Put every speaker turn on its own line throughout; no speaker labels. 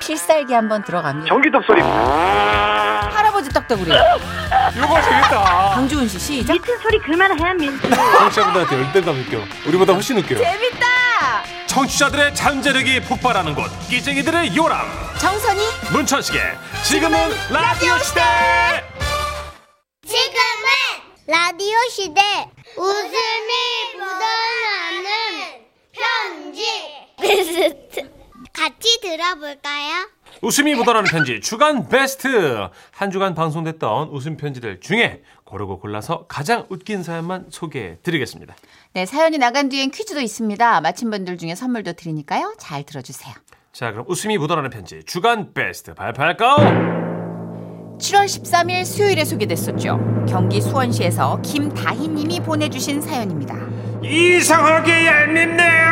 필살기 한번 들어갑니다.
전기톱 소리.
아.
할아버지 딱따구리.
요거 재밌다.
강주훈 씨 시작.
미친 소리 그만해 민수.
청취자분들한테 열대감 느껴. 우리보다 훨씬 느껴요.
재밌다.
청취자들의 잠재력이 폭발하는 곳. 끼쟁이들의 요람.
정선이
문천식의 지금은 라디오 시대.
지금은 라디오 시대 웃음이 묻어나는 편지 같이 들어볼까요?
웃음이 묻어나는 편지 주간 베스트. 한 주간 방송됐던 웃음 편지들 중에 고르고 골라서 가장 웃긴 사연만 소개해 드리겠습니다.
네 사연이 나간 뒤엔 퀴즈도 있습니다. 맞힌 분들 중에 선물도 드리니까요. 잘 들어주세요.
자, 그럼 웃음이 묻어나는 편지 주간 베스트 발표할까요?
7월 13일 수요일에 소개됐었죠. 경기 수원시에서 김다희님이 보내주신 사연입니다.
이상하게 얄밉네요.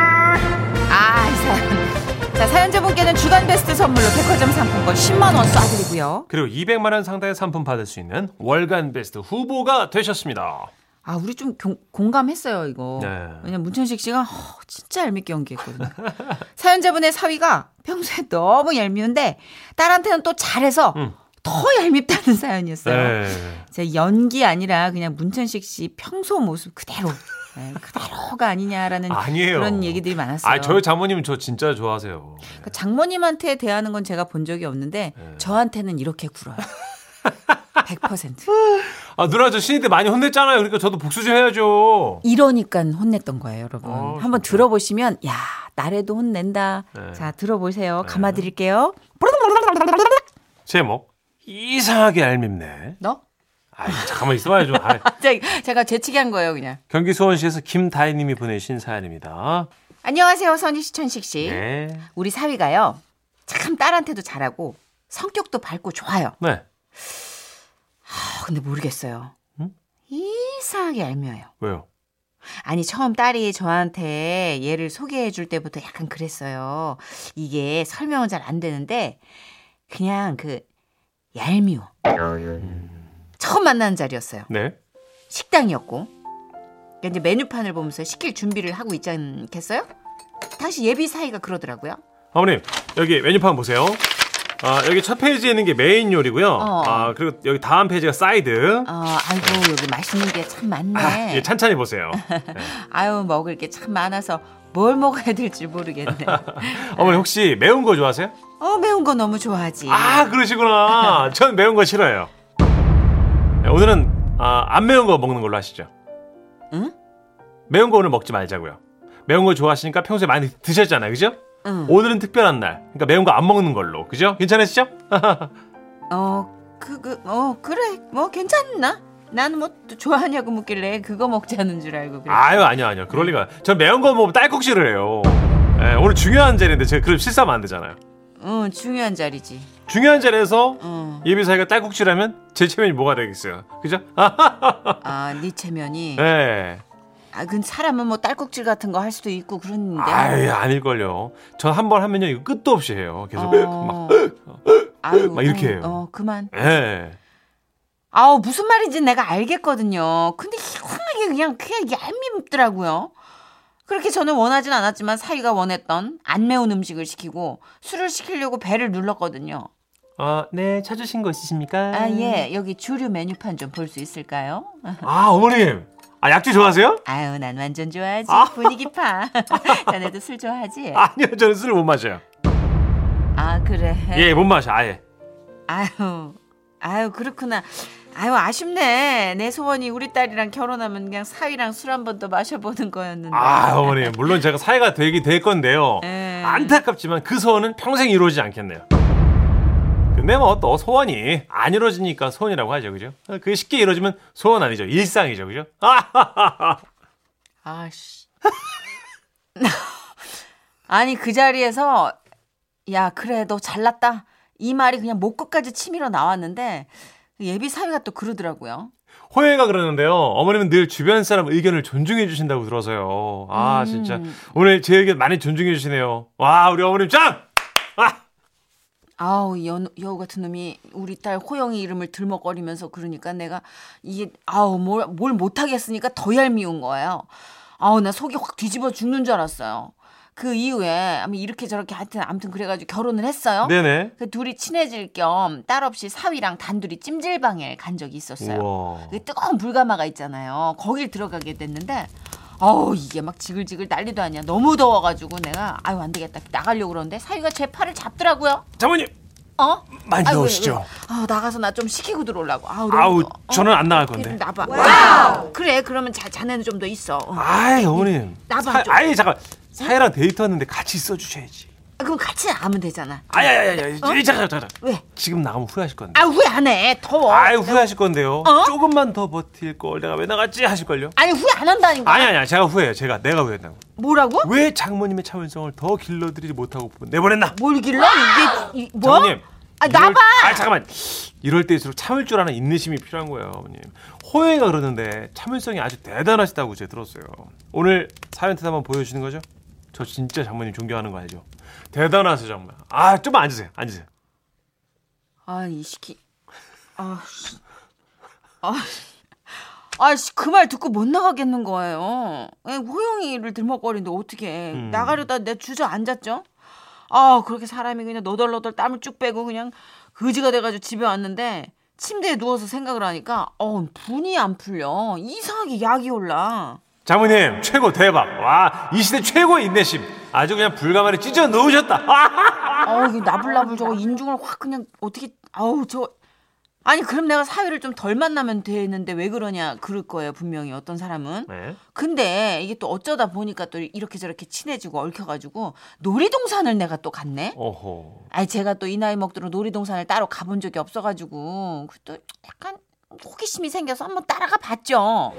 아, 이 사연. 자, 사연자분께는 주간 베스트 선물로 백화점 상품권 10만 원 쏴드리고요.
그리고 200만 원 상당의 상품 받을 수 있는 월간 베스트 후보가 되셨습니다.
아, 우리 좀 경- 공감했어요, 이거.
네.
왜냐면 문천식 씨가 허, 진짜 얄밉게 연기했거든요. 사연자분의 사위가 평소에 너무 얄미운데 딸한테는 또 잘해서
음. 네.
더 얄밉다는 사연이었어요. 제 연기 아니라 그냥 문천식 씨 평소 모습 그대로 네, 그대로가 아니냐라는
아니에요.
그런 얘기들이 많았어요.
아, 저희 자모님 저 진짜 좋아하세요.
그러니까 장모님한테 대하는 건 제가 본 적이 없는데
네.
저한테는 이렇게 굴어요. 100%
아, 누나 저 신인 때 많이 혼냈잖아요. 그러니까 저도 복수 좀 해야죠.
이러니까 혼냈던 거예요, 여러분.
어,
한번
진짜.
들어보시면 야 나래도 혼낸다.
네.
자 들어보세요. 감아드릴게요.
제목 이상하게 얄밉네.
너?
아, 잠깐만 있어봐야죠. 아이,
자, 제가 재치기 한 거예요, 그냥.
경기 수원시에서 김다희님이 보내신 사연입니다.
안녕하세요, 선희 씨, 천식 씨.
네.
우리 사위가요. 참 딸한테도 잘하고 성격도 밝고 좋아요.
네.
아, 근데 모르겠어요.
응?
이상하게 얄미워요.
왜요?
아니 처음 딸이 저한테 얘를 소개해 줄 때부터 약간 그랬어요. 이게 설명은 잘 안 되는데 그냥 그 얄미워. 처음 만나는 자리였어요.
네.
식당이었고 그러니까 이제 메뉴판을 보면서 시킬 준비를 하고 있지 않겠어요? 당시 예비 사이가 그러더라고요.
어머님 여기 메뉴판 보세요. 아 여기 첫 페이지에 있는 게 메인 요리고요.
어.
아 그리고 여기 다음 페이지가 사이드.
어, 아이고 여기 맛있는 게 참
아,
많네.
예, 찬찬히 보세요.
아유 먹을 게 참 많아서 뭘 먹어야 될지 모르겠네.
어머니 혹시 매운 거 좋아하세요?
어 매운 거 너무 좋아하지.
아 그러시구나. 전 매운 거 싫어요. 네, 오늘은 아, 안 매운 거 먹는 걸로 하시죠.
응?
매운 거 오늘 먹지 말자고요. 매운 거 좋아하시니까 평소에 많이 드셨잖아요, 그죠?
응.
오늘은 특별한 날. 그러니까 매운 거 안 먹는 걸로, 그죠? 괜찮으시죠?
어 그 그 어 그래 뭐 괜찮나? 나는 뭐 또 좋아하냐고 묻길래 그거 먹자는 줄 알고 그래.
아유 아니요 아니요 그럴 리가. 전 매운 거 먹으면 딸꾹질을 해요. 예, 오늘 중요한 자리인데 제가 그럼 실수하면 안 되잖아요.
응 어, 중요한 자리지. 어.
중요한 자리에서
응.
예비 사이가 딸꾹질하면 제 체면이 뭐가 되겠어요, 그죠? 아,
아네 체면이.
예.
아 근 사람은 뭐 딸꾹질 같은 거 할 수도 있고 그런데.
아유 아닐걸요. 전 한 번 하면요 이거 끝도 없이 해요. 계속 막.
어. 아유,
막 이렇게 해요.
어 그만.
예.
아우 무슨 말인지 내가 알겠거든요. 근데 희한하게 그냥 그냥 얄밉더라고요. 그렇게 저는 원하진 않았지만 사이가 원했던 안 매운 음식을 시키고 술을 시키려고 배를 눌렀거든요.
아, 네 찾으신 거 있으십니까?
아, 예. 여기 주류 메뉴판 좀 볼 수 있을까요?
아 어머님. 아 약주 좋아하세요?
아유, 난 완전 좋아하지. 분위기 파. 자네도 술 좋아하지?
아니요 저는 술을 못 마셔요.
아, 그래.
예 못 마셔 아예.
아유, 아유, 그렇구나. 아유, 아쉽네. 내 소원이 우리 딸이랑 결혼하면 그냥 사위랑 술 한 번 더 마셔보는 거였는데.
아 어머님 물론 제가 사이가 되긴 될 건데요.
예.
안타깝지만 그 소원은 평생 이루어지지 않겠네요. 근데 뭐 또 소원이 안 이루어지니까 소원이라고 하죠, 그죠? 그게 쉽게 이루어지면 소원 아니죠, 일상이죠, 그죠? 아,
아씨. 아니 그 자리에서 야 그래 너 잘났다 이 말이 그냥 목 끝까지 치밀어 나왔는데 예비 사위가 또 그러더라고요.
호영이가 그러는데요. 어머님은 늘 주변 사람 의견을 존중해 주신다고 들어서요. 아
음.
진짜 오늘 제 의견 많이 존중해 주시네요. 와 우리 어머님 짱! 아!
아우 여, 여우 같은 놈이 우리 딸 호영이 이름을 들먹거리면서 그러니까 내가 이게 아우 뭘, 뭘 못하겠으니까 더 얄미운 거예요. 아우 나 속이 확 뒤집어 죽는 줄 알았어요. 그 이후에 아마 이렇게 저렇게 하여튼 아무튼 그래가지고 결혼을 했어요.
네네.
그 둘이 친해질 겸 딸 없이 사위랑 단둘이 찜질방에 간 적이 있었어요.
우와.
그 뜨거운 불가마가 있잖아요. 거길 들어가게 됐는데 어우 이게 막 지글지글 난리도 아니야. 너무 더워가지고 내가 아유 안 되겠다 나가려고 그러는데 사위가 제 팔을 잡더라고요.
장모님
어?
많이
아이고, 음.
더우시죠?
아우 나가서 나 좀 식히고 들어오려고. 아우, 너무
아우
더워. 어?
저는 안 나갈
좀
건데.
나봐. 와우. 그래 그러면 자, 자네는 좀 더 있어. 어.
아이 어머님.
나봐,
사-
좀.
아이 잠깐 사이랑 데이트하는데 같이 있어 주셔야지.
아, 그럼 같이 나가면 되잖아. 어?
아야야야 잠깐 잠깐 잠깐.
왜?
지금 나가면 후회하실 건데.
아 후회 안 해. 더워.
아이 후회하실 건데요.
어?
조금만 더 버틸 걸 내가 왜 나갔지 하실 걸요.
아니 후회 안 한다니까.
아니 아니야 제가 후회해요. 제가 내가 후회했다고.
뭐라고?
왜 장모님의 참을성을 더 길러드리지 못하고 내보냈나?
뭘 길러? 이게 이, 뭐?
장모님.
아
이럴-
나봐.
아 잠깐만. 이럴 때일수록 참을 줄 아는 인내심이 필요한 거예요, 어머님. 호영이가 그러는데 참을성이 아주 대단하시다고 제가 들었어요. 오늘 사연 태도 한번 보여주시는 거죠? 저 진짜 장모님 존경하는 거 알죠? 대단하세요 정말. 아 좀 앉으세요, 앉으세요.
아이 시키 아씨 아, 아씨 그 말 듣고 못 나가겠는 거예요. 에, 호영이를 들먹거리는데 어떻게 나가려다 내 주저 앉았죠? 아 그렇게 사람이 그냥 너덜너덜 땀을 쭉 빼고 그냥 거지가 돼가지고 집에 왔는데 침대에 누워서 생각을 하니까 어 분이 안 풀려 이상하게 약이 올라.
장모님 최고 대박. 와 이 시대 최고의 인내심. 아주 그냥 불가마를 찢어 넣으셨다. 아!
어우 이거 나불나불 저거 인중을 확 그냥 어떻게 아우 저 아니 그럼 내가 사회를 좀 덜 만나면 되는데 왜 그러냐 그럴 거예요 분명히 어떤 사람은
네.
근데 이게 또 어쩌다 보니까 또 이렇게 저렇게 친해지고 얽혀가지고 놀이동산을 내가 또 갔네
어허.
아니 제가 또 이 나이 먹도록 놀이동산을 따로 가본 적이 없어가지고 그 또 약간 호기심이 생겨서 한번 따라가 봤죠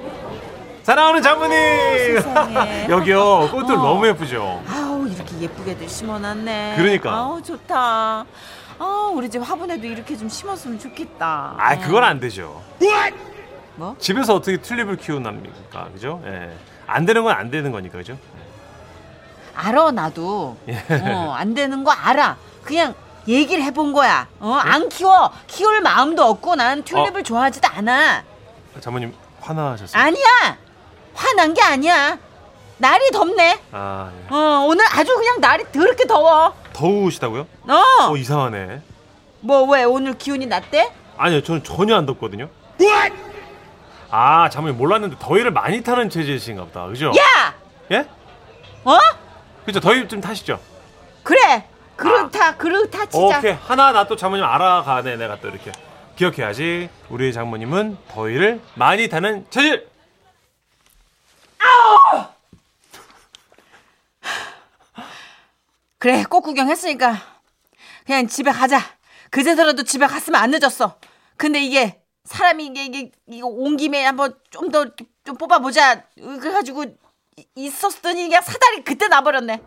사랑하는 장모님.
세상에.
여기요 꽃들
어.
너무 예쁘죠.
아우 이렇게 예쁘게들 심어놨네
그러니까.
아우 좋다 아 우리 집 화분에도 이렇게 좀 심었으면 좋겠다
아 그건 안 되죠.
네. 뭐?
집에서 어떻게 튤립을 키우납니까, 그죠? 예. 안 되는 건 안 되는 거니까, 그죠?
알아 나도
예.
어, 안 되는 거 알아 그냥 얘기를 해본 거야 어, 안 키워 키울 마음도 없고 난 튤립을
어.
좋아하지도 않아
장모님 화나셨어요?
아니야 화난 게 아니야 날이 덥네
아, 예.
어, 오늘 아주 그냥 날이 더럽게 더워
더우시다고요?
어
어
뭐
이상하네.
왜 오늘 기운이 낮대?
아니요, 저는 전혀 안 덥거든요. 아, 장모님 몰랐는데 더위를 많이 타는 체질이신가 보다, 그죠?
야!
예?
어?
그죠? 더위 좀 타시죠?
그래 그렇다 그렇다 진짜
어, 오케이 하나 나 또 장모님 알아가네 내가 또 이렇게 기억해야지 우리 장모님은 더위를 많이 타는 체질
그래 꽃 구경했으니까 그냥 집에 가자 그제서라도 집에 갔으면 안 늦었어 근데 이게 사람이 이게 이게 이거 온 김에 한번 좀 더 좀 뽑아보자 그래가지고 이- 있었더니 그냥 사다리 그때 나버렸네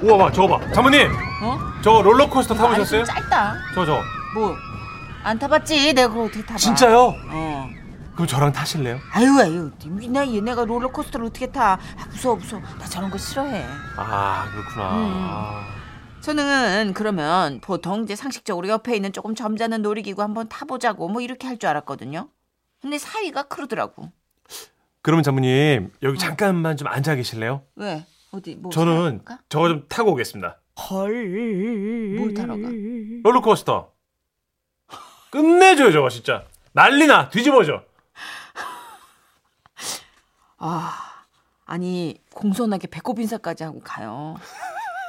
우와 봐 저거 봐 장모님
어?
저 롤러코스터
아니
타보셨어요?
좀 짧다
저 저.
뭐 안 타봤지 내가 그걸 어떻게 타봐
진짜요?
어
그럼 저랑 타실래요?
아유 아유 나 얘네가 롤러코스터를 어떻게 타 아, 무서워 무서워 나 저런 거 싫어해
아 그렇구나.
음,
아,
저는 그러면 보통 이제 상식적으로 옆에 있는 조금 점잖은 놀이기구 한번 타보자고 뭐 이렇게 할 줄 알았거든요. 근데 사위가 그러더라고.
그러면 장모님 여기 잠깐만 좀 앉아 계실래요?
왜? 어디 뭐?
저는
사러 갈까?
저거 좀 타고 오겠습니다.
뭘 타러 가?
롤러코스터. 끝내줘요 저거 진짜. 난리나 뒤집어져.
아 아니 공손하게 배꼽 인사까지 하고 가요.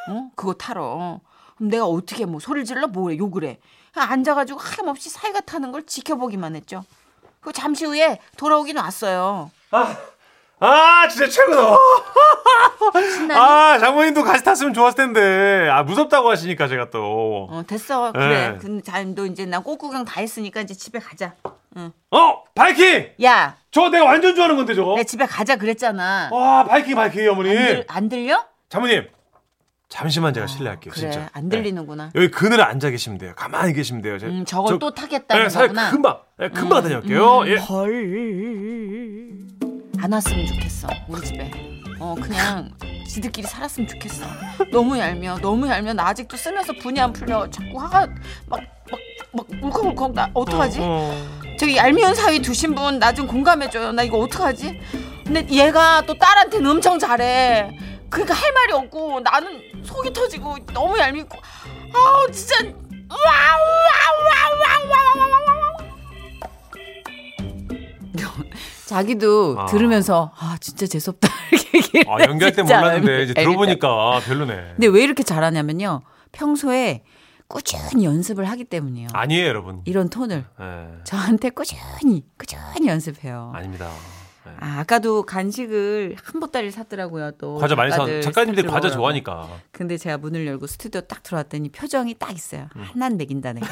어? 그거 타러. 그럼 내가 어떻게 뭐 소리를 질러 뭐래 욕을 해. 그냥 앉아가지고 하염없이 사위가 타는 걸 지켜보기만 했죠. 그 잠시 후에 돌아오긴 왔어요.
아 진짜 최고다.
신나니?
아 장모님도 같이 탔으면 좋았을 텐데. 아 무섭다고 하시니까 제가 또.
어 됐어 그래
예.
근데 잘너 이제 나 꽃구경 다 했으니까 이제 집에 가자
어 바이킹.
야
저거 내가 완전 좋아하는 건데 저거.
내가 집에 네, 가자 그랬잖아
와 바이킹 바이킹 어머니.
안, 들, 안 들려?
장모님 잠시만 제가 실례할게요
아, 그래
진짜.
안
네.
들리는구나
여기 그늘에 앉아 계시면 돼요. 가만히 계시면 돼요. 제-
음 저걸
저-
또 타겠다는
예, 사회
거구나 음,
금방 예, 금방
음.
다녀올게요. 예.
안 왔으면 좋겠어 우리 집에 어 그냥 지들끼리 살았으면 좋겠어 너무 얄미워 너무 얄미워 나 아직도 쓰면서 분이 안 풀려 자꾸 화가 막 막 막 울컥울컥 나 어떡하지? 저기 얄미운 사위 두신 분 나 좀 공감해줘요. 나 이거 어떡하지? 근데 얘가 또 딸한테는 엄청 잘해. 그러니까 할 말이 없고 나는 속이 터지고 너무 얄밉고 아우 진짜 와우와우와우와우와우
자기도
아.
들으면서 아 진짜 재수없다 이렇게 얘기를
아, 연기할 때
진짜
몰랐는데 이제
얄밉다.
들어보니까 별로네.
근데 왜 이렇게 잘하냐면요. 평소에 꾸준히 연습을 하기 때문이에요.
아니에요, 여러분.
이런 톤을
예.
저한테 꾸준히 꾸준히 연습해요.
아닙니다. 예.
아, 아까도 간식을 한 보따리를 샀더라고요. 또
과자 많이 사.
작가들
작가님들이
스튜디오
과자
오라고.
좋아하니까.
근데 제가 문을 열고 스튜디오 딱 들어왔더니 표정이 딱 있어요.
음.
하나는 먹인다 내가.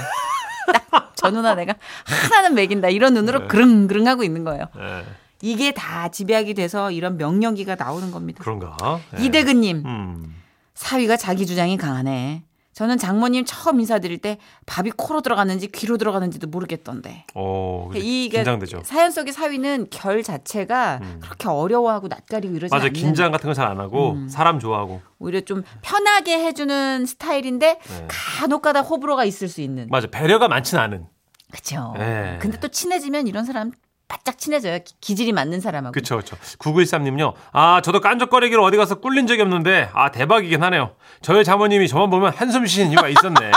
딱 저 누나 내가 하나는 먹인다 이런 눈으로
네.
그릉그릉 하고 있는 거예요.
예.
이게 다 집약이 돼서 이런 명령기가 나오는 겁니다.
그런가? 예.
이대근님
음.
사위가 자기 주장이 강하네. 저는 장모님 처음 인사드릴 때 밥이 코로 들어갔는지 귀로 들어갔는지도 모르겠던데.
어,
이게
긴장되죠.
사연 속의 사위는 결 자체가 그렇게 어려워하고 낯가리고
음.
이러지
맞아,
않는 음.
긴장 같은 거 잘 안 하고 사람 좋아하고.
오히려 좀 편하게 해주는 스타일인데
네.
간혹가다 호불호가 있을 수 있는.
맞아, 배려가 많진 않은.
그렇죠.
네.
근데 또 친해지면 이런 사람 바짝 친해져요. 기- 기질이 맞는 사람하고.
그쵸, 그쵸. 9913님요. 아, 저도 깐족거리기로 어디 가서 꿀린 적이 없는데, 아, 대박이긴 하네요. 저의 자모님이 저만 보면 한숨 쉬는 이유가 있었네.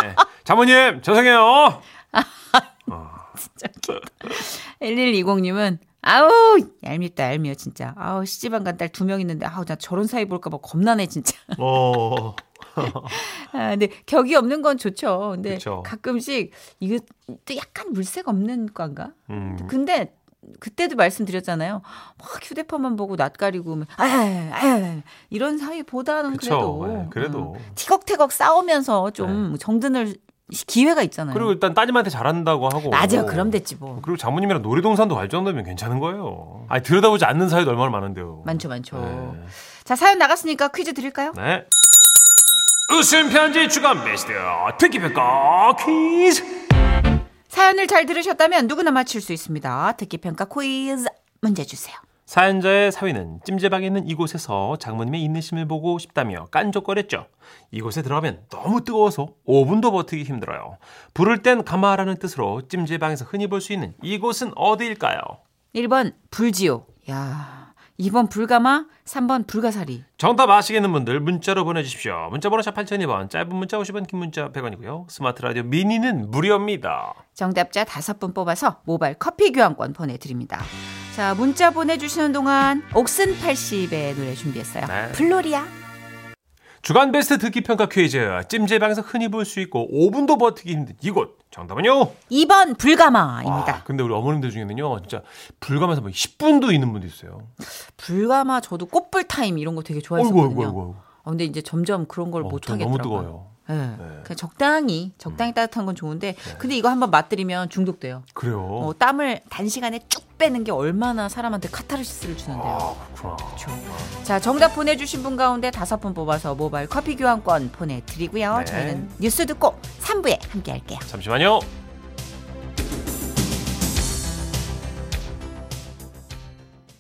자모님, 죄송해요.
1120님은 아우 얄밉다 얄미워 진짜. 아우 시집안 간 딸 두 명 있는데 아우 나 저런 사이 볼까봐 겁나네 진짜.
어,
아, 근데 격이 없는 건 좋죠. 근데
그쵸.
가끔씩 이게 또 약간 물색 없는 관가?
음,
근데 그때도 말씀드렸잖아요. 막 휴대폰만 보고 낯가리고 막 아유, 아유, 아유, 이런 사이보다는
그쵸.
래도 음.
예, 그래도. 네.
티격태격 싸우면서 좀 정든을 시- 기회가 있잖아요.
그리고 일단 따님한테 잘한다고 하고.
맞아요. 그럼 됐지 뭐.
그리고 장모님이랑 놀이동산도 갈 정도면 괜찮은 거예요. 아니, 들여다보지 않는 사이도 얼마나 많은데요.
많죠, 많죠.
네.
자, 사연 나갔으니까 퀴즈 드릴까요?
네. 웃음 편지 주간 베스트 특기평가 퀴즈.
사연을 잘 들으셨다면 누구나 맞힐 수 있습니다. 듣기 평가 퀴즈 문제 주세요.
사연자의 사위는 찜질방에 있는 이곳에서 장모님의 인내심을 보고 싶다며 깐족거렸죠. 이곳에 들어가면 너무 뜨거워서 5분도 버티기 힘들어요. 부를 땐 가마라는 뜻으로 찜질방에서 흔히 볼 수 있는 이곳은 어디일까요?
1번 불지옥. 야. 2번 불가마, 3번 불가사리.
정답 아시겠는 분들 문자로 보내주십시오. 문자번호 샵 8002번, 짧은 문자 50원, 긴 문자 100원이고요. 스마트 라디오 미니는 무료입니다.
정답자 5분 뽑아서 모바일 커피 교환권 보내 드립니다. 자, 문자 보내 주시는 동안 옥슨 80의 노래 준비했어요.
네.
플로리아.
주간 베스트 듣기 평가 퀴즈. 찜질방에서 흔히 볼 수 있고 5분도 버티기 힘든 이곳. 정답은요?
2번 불가마입니다.
아, 근데 우리 어머님들 중에는요, 진짜 불감해서 막 10분도 있는 분도 있어요.
불가마 저도 꽃불 타임 이런 거 되게
어이구,
좋아했었거든요.
어이구, 어이구.
어, 근데 이제 점점 그런 걸
어이구.
못
전
하겠더라고요.
너무 뜨거워요.
예. 그냥 적당히 적당히
음.
따뜻한 건 좋은데
네.
근데 이거 한번 맛들이면 중독돼요.
그래요.
어, 땀을 단시간에 쭉 빼는 게 얼마나 사람한테 카타르시스를 주는데요.
아, 그렇구나.
자, 정답 보내주신 분 가운데 다섯 분 뽑아서 모바일 커피 교환권 보내드리고요.
네.
저희는 뉴스 듣고 3부에 함께 할게요.
잠시만요.